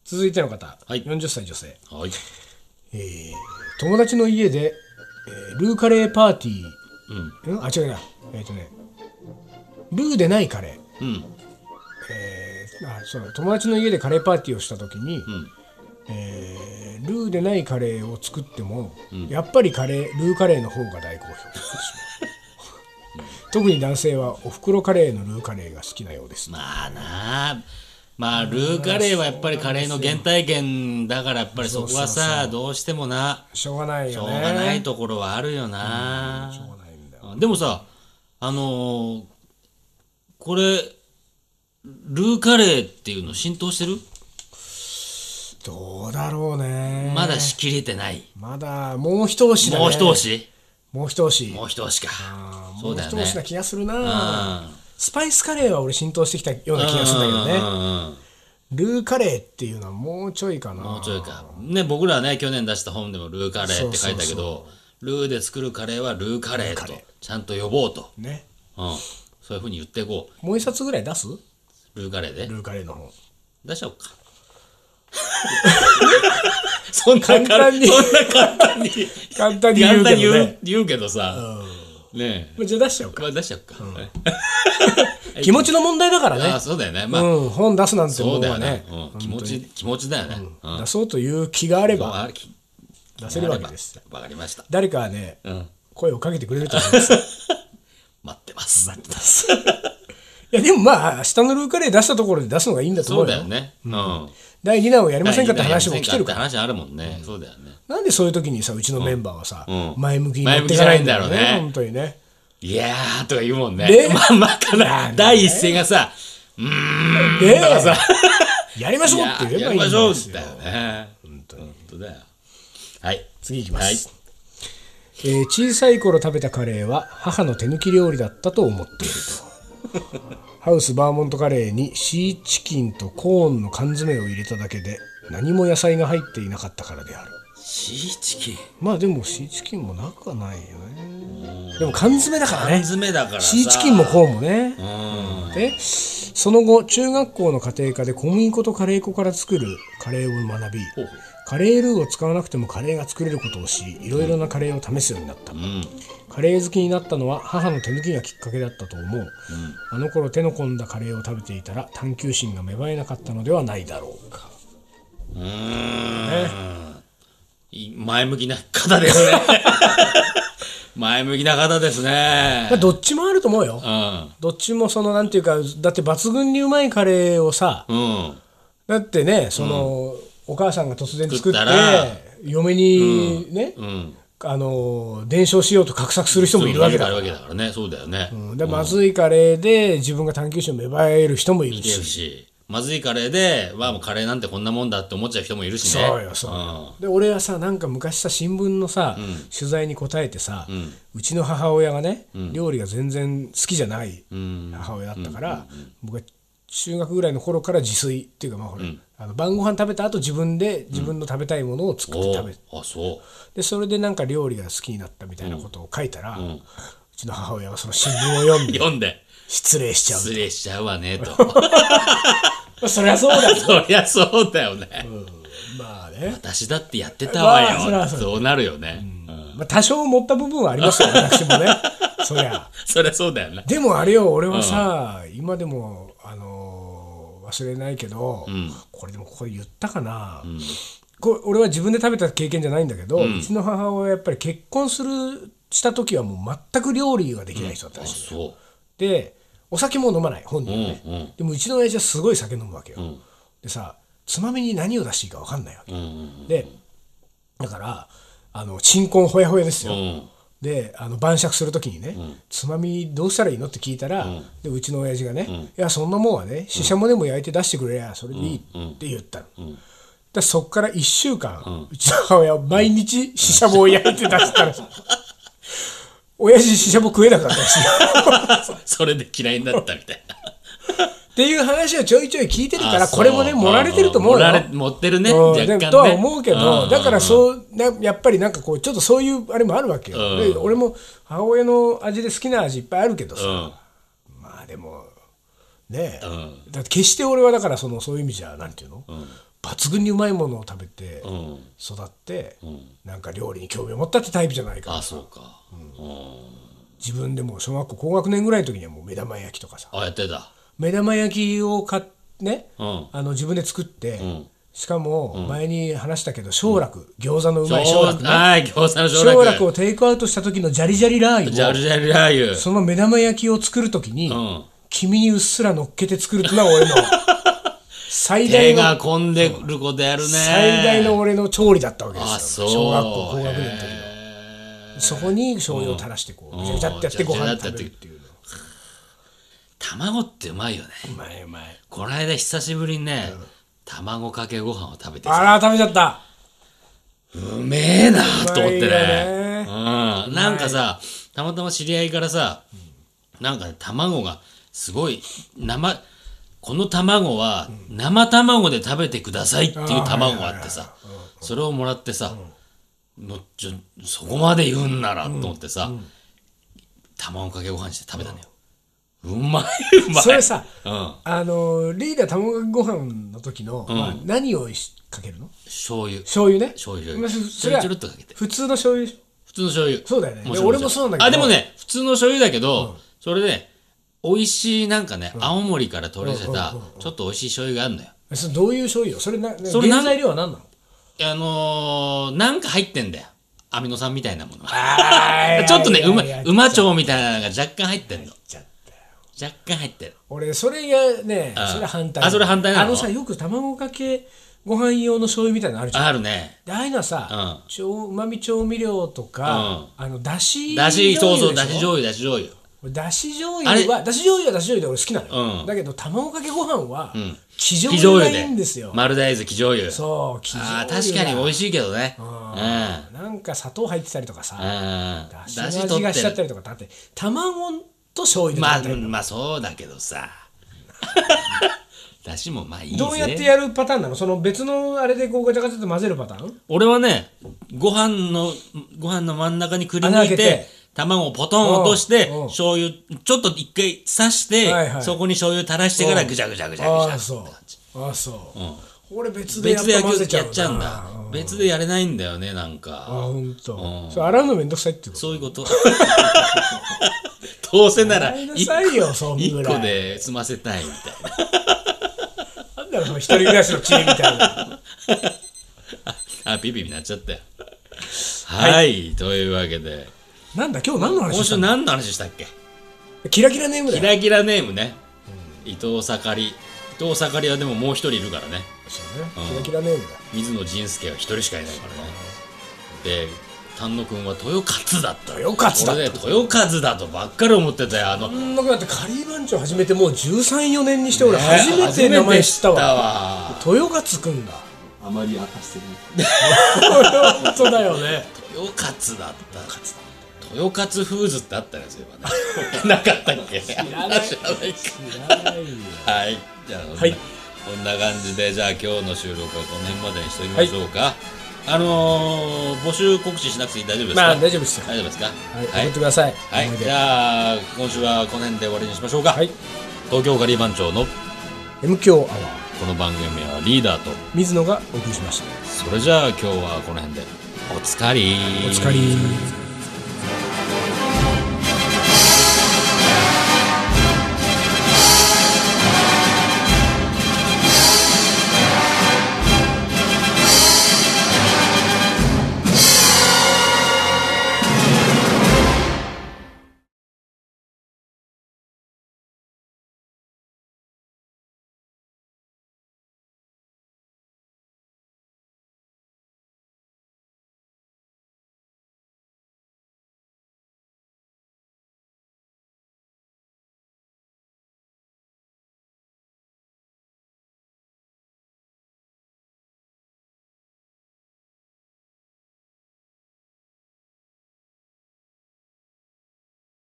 Speaker 1: 続いての方、
Speaker 2: はい
Speaker 1: 40歳女性。
Speaker 2: はい
Speaker 1: えー友達の家で、えールーカレーパーティー、んあ、違うな。えっ、とね、ルーでないカレー。
Speaker 2: うん
Speaker 1: えーあそうだ友達の家でカレーパーティーをした時に、えールーでないカレーを作っても、やっぱりカレールーカレーの方が大好評特に男性はおふくろカレーのルーカレーが好きなようです、
Speaker 2: まあなあまあルーカレーはやっぱりカレーの原体験だからやっぱりそこはさどうしてもな
Speaker 1: しょうがない
Speaker 2: しょ
Speaker 1: よ
Speaker 2: う
Speaker 1: ね
Speaker 2: がないところはあるよな、
Speaker 1: しょうがないんだよ
Speaker 2: でもさ、あのーこれ、ルーカレーっていうの浸透してる、
Speaker 1: どうだろうね
Speaker 2: まだしきれてない。
Speaker 1: まだもう一押しだね
Speaker 2: もう一押し
Speaker 1: もう一押し
Speaker 2: もう一押しか
Speaker 1: あ。ー
Speaker 2: そ
Speaker 1: もう
Speaker 2: う
Speaker 1: 一
Speaker 2: だよ
Speaker 1: 押
Speaker 2: ね
Speaker 1: し。な気がする
Speaker 2: うん
Speaker 1: なスパイスカレーは俺浸透してきたような気がするんだけどね
Speaker 2: うんうん
Speaker 1: ルーカレーっていうのはもうちょいかな
Speaker 2: もうちょいか。ね、僕らはね、去年出した本でもルーカレーって書いたけど、ルーで作るカレーはルーカレーと、ちゃんと呼ぼうと。
Speaker 1: ね
Speaker 2: うんそういうふうに言っていこ
Speaker 1: もう一冊ぐらい出す
Speaker 2: う。ルーカレーで。
Speaker 1: ルーカレーの方
Speaker 2: 出しちゃおうか。 そんな簡
Speaker 1: 簡単に
Speaker 2: そんな簡単
Speaker 1: 簡単に
Speaker 2: に。
Speaker 1: 言
Speaker 2: 簡
Speaker 1: う
Speaker 2: 単
Speaker 1: けど
Speaker 2: に言
Speaker 1: ね
Speaker 2: う言うけどさ、ねえ、
Speaker 1: まあじゃあ出しちゃおうか
Speaker 2: まあ、出しちゃおうか。
Speaker 1: 気持ちの問題だから
Speaker 2: ああ
Speaker 1: ね
Speaker 2: そうだよね。まあ、
Speaker 1: うん本出すなんて
Speaker 2: そ
Speaker 1: も
Speaker 2: うんだ
Speaker 1: は
Speaker 2: よ
Speaker 1: ね
Speaker 2: ね、うん。気持ち、気持ちだよね。うん。
Speaker 1: 出そうという気があれ
Speaker 2: そう
Speaker 1: ば
Speaker 2: あき
Speaker 1: 出せるわけです
Speaker 2: なればわかりました。
Speaker 1: 誰かはね
Speaker 2: うん。
Speaker 1: 声をかけてくれると思い ます
Speaker 2: 待ってます。
Speaker 1: 待ってますいやでもまあ下のルーカレー出したところで出すのがいいんだと
Speaker 2: そ
Speaker 1: 思
Speaker 2: う
Speaker 1: う
Speaker 2: だ
Speaker 1: よ
Speaker 2: よね。うん。
Speaker 1: 第2弾をやりませんかって話も来てる
Speaker 2: か。
Speaker 1: からら
Speaker 2: 話あるもんね。そうだよね。
Speaker 1: なんでそういう時にさうちのメンバーはさ
Speaker 2: うん
Speaker 1: 前向きに持っていかないんだろう
Speaker 2: 前向きじゃ
Speaker 1: ね
Speaker 2: ないんだろうね
Speaker 1: 本当にね
Speaker 2: いやーとか言うもんね
Speaker 1: で。
Speaker 2: まあまあから、第一声がさ、うーん。
Speaker 1: で
Speaker 2: だからさ、
Speaker 1: やりましょうって
Speaker 2: い
Speaker 1: 言え
Speaker 2: や
Speaker 1: ば
Speaker 2: や
Speaker 1: いいんで
Speaker 2: りますしょう
Speaker 1: よ
Speaker 2: ってだよね。本当だよ。はい。
Speaker 1: 次いきます、
Speaker 2: はい
Speaker 1: えー小さい頃食べたカレーは母の手抜き料理だったと思っている とハウスバーモントカレーにシーチキンとコーンの缶詰を入れただけで何も野菜が入っていなかったからである
Speaker 2: シーチキン。
Speaker 1: まあでもシーチキンもなくはないよねでも缶詰だから
Speaker 2: 缶
Speaker 1: ね
Speaker 2: 詰だからさ
Speaker 1: シーチキンもコーンもね
Speaker 2: うん
Speaker 1: でその後中学校の家庭科で小麦粉とカレー粉から作るカレーを学び
Speaker 2: ほうほう
Speaker 1: カレールーを使わなくてもカレーが作れることを知りいろいろなカレーを試すようになった、
Speaker 2: うん
Speaker 1: カレー好きになったのは母の手抜きがきっかけだったと思う、あの頃手の込んだカレーを食べていたら探求心が芽生えなかったのではないだろうか
Speaker 2: うーんい前向きな方です ね前向きな方ですね
Speaker 1: どっちもあると思うよ
Speaker 2: うん
Speaker 1: どっちもそのなんていうかだって抜群にうまいカレーをさ
Speaker 2: うん
Speaker 1: だってねその、お母さんが突然作
Speaker 2: 作
Speaker 1: っ
Speaker 2: ってたら
Speaker 1: 嫁にね、
Speaker 2: うん
Speaker 1: あの伝承しようと画策する人もいるわけだ
Speaker 2: そう
Speaker 1: か
Speaker 2: いうのもいるわけだからねそうだよね、
Speaker 1: ら、でまずいカレーで自分が探求心を芽生える人もいる
Speaker 2: いる
Speaker 1: し
Speaker 2: しまずいカレーでわあもうカレーなんてこんなもんだって思っちゃう人もいるしね
Speaker 1: そうよそうよ、で俺はさなんか昔さ新聞のさ、取材に答えてさ、うちの母親がね、料理が全然好きじゃない母親だったから、僕は中学ぐらいの頃から自炊っていうかまあほら、あの晩ご飯食べた後自分で自分の食べたいものを作って食べて、
Speaker 2: おあそ
Speaker 1: でそれでなんか料理が好きになったみたいなことを書いたら、うちの母親がその新聞を読ん
Speaker 2: う
Speaker 1: で
Speaker 2: 読んで
Speaker 1: 失礼しちゃう
Speaker 2: 失礼しちゃうわね と
Speaker 1: そりゃそうだ
Speaker 2: そりゃそうだよね、
Speaker 1: まあね、
Speaker 2: 私だってやってたわよ、
Speaker 1: まあそりゃそう
Speaker 2: そうなるよね、うん
Speaker 1: まあ、多少持った部分はありますよ私もねそりゃ。
Speaker 2: そりゃそうだよね
Speaker 1: でもあれよ俺はさ、今でも、あのー忘れないけど、これでもここで言ったかな、これ俺は自分で食べた経験じゃないんだけど、うちの母親はやっぱり結婚するした時はもう全く料理ができない人だったらしい、
Speaker 2: そ
Speaker 1: でお酒も飲まない本人
Speaker 2: うう
Speaker 1: は
Speaker 2: ん
Speaker 1: ね、
Speaker 2: うん
Speaker 1: でもうちの親父はすごい酒飲むわけよ、でさつまみに何を出していいか分かんないわけ、
Speaker 2: うんうん
Speaker 1: でだからあの新婚ほやほやですよ、
Speaker 2: うん
Speaker 1: であの晩酌するときにね、つまみどうしたらいいのって聞いたら、うでうちの親父がね、いやそんなもんはねししゃもでも焼いて出してくれやそれでいいって言ったの、だからそっから1週間、うちの母親は毎日ししゃもを焼いて出してたらしい 親父ししゃも食えなくなったらしい
Speaker 2: それで嫌いになったみたいな。
Speaker 1: っていう話をちょいちょい聞いてるから
Speaker 2: あそう
Speaker 1: これもね盛られてると思う
Speaker 2: 盛
Speaker 1: よ、
Speaker 2: られ持ってるね、
Speaker 1: うん
Speaker 2: 若干
Speaker 1: で
Speaker 2: ね。
Speaker 1: とは思うけど、
Speaker 2: ん
Speaker 1: だからそうなやっぱりなんかこうちょっとそういうあれもあるわけよ、
Speaker 2: うん
Speaker 1: で俺も母親の味で好きな味いっぱいあるけどさ、
Speaker 2: うん
Speaker 1: まあでもねえ、
Speaker 2: う
Speaker 1: だって決して俺はだからそのそういう意味じゃなんていうの、抜群にうまいものを食べて
Speaker 2: うん。
Speaker 1: 育って、なんか料理に興味を持ったってタイプじゃないから
Speaker 2: あ、そうか。うん。
Speaker 1: 自分でもう小学校高学年ぐらいの時にはもう目玉焼きとかさ
Speaker 2: あ、やってた。
Speaker 1: 目玉焼きを買ってね、
Speaker 2: うん
Speaker 1: あの自分で作って、
Speaker 2: ん
Speaker 1: しかも前に話したけど小楽、餃子のうまい小
Speaker 2: そう
Speaker 1: 楽ね
Speaker 2: はい、餃子の
Speaker 1: 小
Speaker 2: 奨
Speaker 1: 楽
Speaker 2: 楽。
Speaker 1: をテイクアウトした時のジャリジャリラー
Speaker 2: ジャ
Speaker 1: 油を
Speaker 2: ルジャルラー
Speaker 1: その目玉焼きを作る時に、
Speaker 2: 油。うん。
Speaker 1: 君にうっすら乗っけて作るってのは俺の最大
Speaker 2: 手
Speaker 1: の
Speaker 2: が込んでることやるね。
Speaker 1: 最大の。俺の調理だったわけで
Speaker 2: あ、
Speaker 1: す
Speaker 2: そ
Speaker 1: よ
Speaker 2: う。
Speaker 1: 小学校高学年の時の
Speaker 2: へー
Speaker 1: そこに醤油を垂らしてこうぐちゃぐちゃってやってご飯食べるっていうの
Speaker 2: 卵ってうまいよね。
Speaker 1: うまいうまい
Speaker 2: この間久しぶりにね、卵かけご飯を食べてさ
Speaker 1: あら食べちゃった
Speaker 2: うめえなと思って
Speaker 1: うまいよね
Speaker 2: ねうん。なんかさ、たまたま知り合いからさ、なんかね卵がすごい生、この卵は生卵で食べてくださいっていう卵があってさ、それをもらってさ、のちょそこまで言うんならと思ってさ、卵かけご飯して食べたのよ。うまい、うまい。
Speaker 1: それさ
Speaker 2: うん。
Speaker 1: あのリーダー卵かけご飯の時の、まあ何をしかけるの
Speaker 2: 醤油。
Speaker 1: 醤油ね
Speaker 2: 醤油
Speaker 1: まあ
Speaker 2: 醤油
Speaker 1: それは
Speaker 2: ちょろっとかけて
Speaker 1: 普通の醤油でしょ
Speaker 2: 普通の醤油。
Speaker 1: そうだよね
Speaker 2: もち
Speaker 1: で
Speaker 2: ろん
Speaker 1: 俺もそうなんだけど
Speaker 2: あ、でもね、普通の醤油だけど、それで、美味しい、なんかね、青森から取り寄せた、ちょっと美味しい醤油があるのよ。
Speaker 1: えそれどういう醤油よそれな
Speaker 2: それな
Speaker 1: 原材料は何なの
Speaker 2: あのー、なんか入ってんだよ。アミノ酸みたいなものが。
Speaker 1: あ
Speaker 2: ちょっとね、うま、
Speaker 1: や
Speaker 2: うま腸みたいなのが若干入ってんの。
Speaker 1: っちゃったよ
Speaker 2: 若干入ってる。
Speaker 1: 俺それがね
Speaker 2: あ
Speaker 1: それ反対
Speaker 2: あそれ反対なの
Speaker 1: あのさよく卵かけご飯用の醤油みたいなのあるじゃん
Speaker 2: あるね。
Speaker 1: でああいうのはさ
Speaker 2: う
Speaker 1: うまみ調味料とか、あのだし
Speaker 2: だし、
Speaker 1: 醤
Speaker 2: そう
Speaker 1: 油
Speaker 2: そう、
Speaker 1: で
Speaker 2: だ
Speaker 1: し
Speaker 2: し
Speaker 1: ょ
Speaker 2: 醤油、だし醤油。
Speaker 1: 俺だし醤油はだし醤油はだし醤油で俺好きなのよ、
Speaker 2: うん
Speaker 1: だけど卵かけご飯は
Speaker 2: ん
Speaker 1: 生
Speaker 2: 生
Speaker 1: 醤
Speaker 2: 醤
Speaker 1: 油
Speaker 2: 油
Speaker 1: がいいんです
Speaker 2: で
Speaker 1: よ。、
Speaker 2: 丸大豆、生醤油。
Speaker 1: そう生醤
Speaker 2: ああ
Speaker 1: 油
Speaker 2: ー、確かに美味しいけどね。うん。
Speaker 1: あーなんか砂糖入ってたりとかさ、
Speaker 2: うん。
Speaker 1: だし
Speaker 2: だ
Speaker 1: の
Speaker 2: し
Speaker 1: 味
Speaker 2: 取
Speaker 1: が
Speaker 2: っ
Speaker 1: しちゃ
Speaker 2: て
Speaker 1: った
Speaker 2: る。
Speaker 1: りとかだって卵と醤油で
Speaker 2: まあ、
Speaker 1: 食べたりとか
Speaker 2: まあそうだけどさ。だしもまあいいぜ。
Speaker 1: どうやってやるパターンなのその別のあれでこうガチャガチャと混ぜるパターン
Speaker 2: 俺はね、ご飯の、ご飯の真ん中にくり
Speaker 1: 穴開
Speaker 2: 抜
Speaker 1: け
Speaker 2: い
Speaker 1: て
Speaker 2: て、卵をポトン落として
Speaker 1: うんうん、
Speaker 2: 醤油、ちょっと一回刺して、
Speaker 1: はいはい
Speaker 2: そこに醤油垂らしてからぐちゃぐちゃぐち
Speaker 1: あ
Speaker 2: ゃぐちゃ
Speaker 1: あ
Speaker 2: って
Speaker 1: そ
Speaker 2: 感じ。
Speaker 1: うああそう、俺別でやっ
Speaker 2: 別
Speaker 1: ぱ
Speaker 2: でや
Speaker 1: 混
Speaker 2: っ
Speaker 1: ぜち
Speaker 2: ち
Speaker 1: ゃ
Speaker 2: ゃ
Speaker 1: うな
Speaker 2: うんだ。別でやれないんだよね、な
Speaker 1: あ
Speaker 2: ん
Speaker 1: あ
Speaker 2: か。
Speaker 1: ほんとそれ洗うのめんどくさいってこと
Speaker 2: そういうこと。 どうせなら
Speaker 1: ごめんな
Speaker 2: 一
Speaker 1: さいよそ
Speaker 2: 個、
Speaker 1: んぐらい
Speaker 2: 一個で済ませたいみたいな。
Speaker 1: なんだろうその一人暮らしの知恵みたいな
Speaker 2: あ、ビビになっち ゃったよ。はい、というわけで。
Speaker 1: なんだ今日何の話した
Speaker 2: 今週
Speaker 1: の
Speaker 2: 何の話したっけ
Speaker 1: キラキラネームだ
Speaker 2: キ
Speaker 1: よ
Speaker 2: ラキラネームね。伊藤盛り。伊藤盛りはでももう一人いるからね。
Speaker 1: そうねキラキラネームだ
Speaker 2: 水野仁介は一人しかいないからね。で、丹野くんは豊勝だった。
Speaker 1: 豊勝だった
Speaker 2: 俺ね、豊勝だとばっかり思ってたよ。あの、
Speaker 1: そんなことだってカリー番長始めてもう134年にして俺初めて名前知ったわ
Speaker 2: わ。
Speaker 1: 豊勝くんだ
Speaker 3: あまり明かしてない。
Speaker 1: 本当だよね
Speaker 2: 豊勝だった。豊勝フーズってあったよ、そうい えばね。なかったっけ 知らない。はい。じゃあ、
Speaker 1: はい
Speaker 2: こんな感じで、じゃあ今日の収録はこの辺までにしておきましょうか。あのー募集告知しなくて大丈夫ですか、
Speaker 1: まあ大丈夫ですよ
Speaker 2: 大丈夫ですか
Speaker 1: は
Speaker 2: はい
Speaker 1: 送っ
Speaker 2: い。
Speaker 1: てください
Speaker 2: はい
Speaker 1: 思い出
Speaker 2: じゃあ、今週はこの辺で終わりにしましょうか。
Speaker 1: はい
Speaker 2: 東京ガリ番長の
Speaker 1: M 強アワー
Speaker 2: この番組はリーダーと、
Speaker 1: 水野がお送りしました
Speaker 2: それじゃあ今日はこの辺で、おつかり
Speaker 1: お疲れ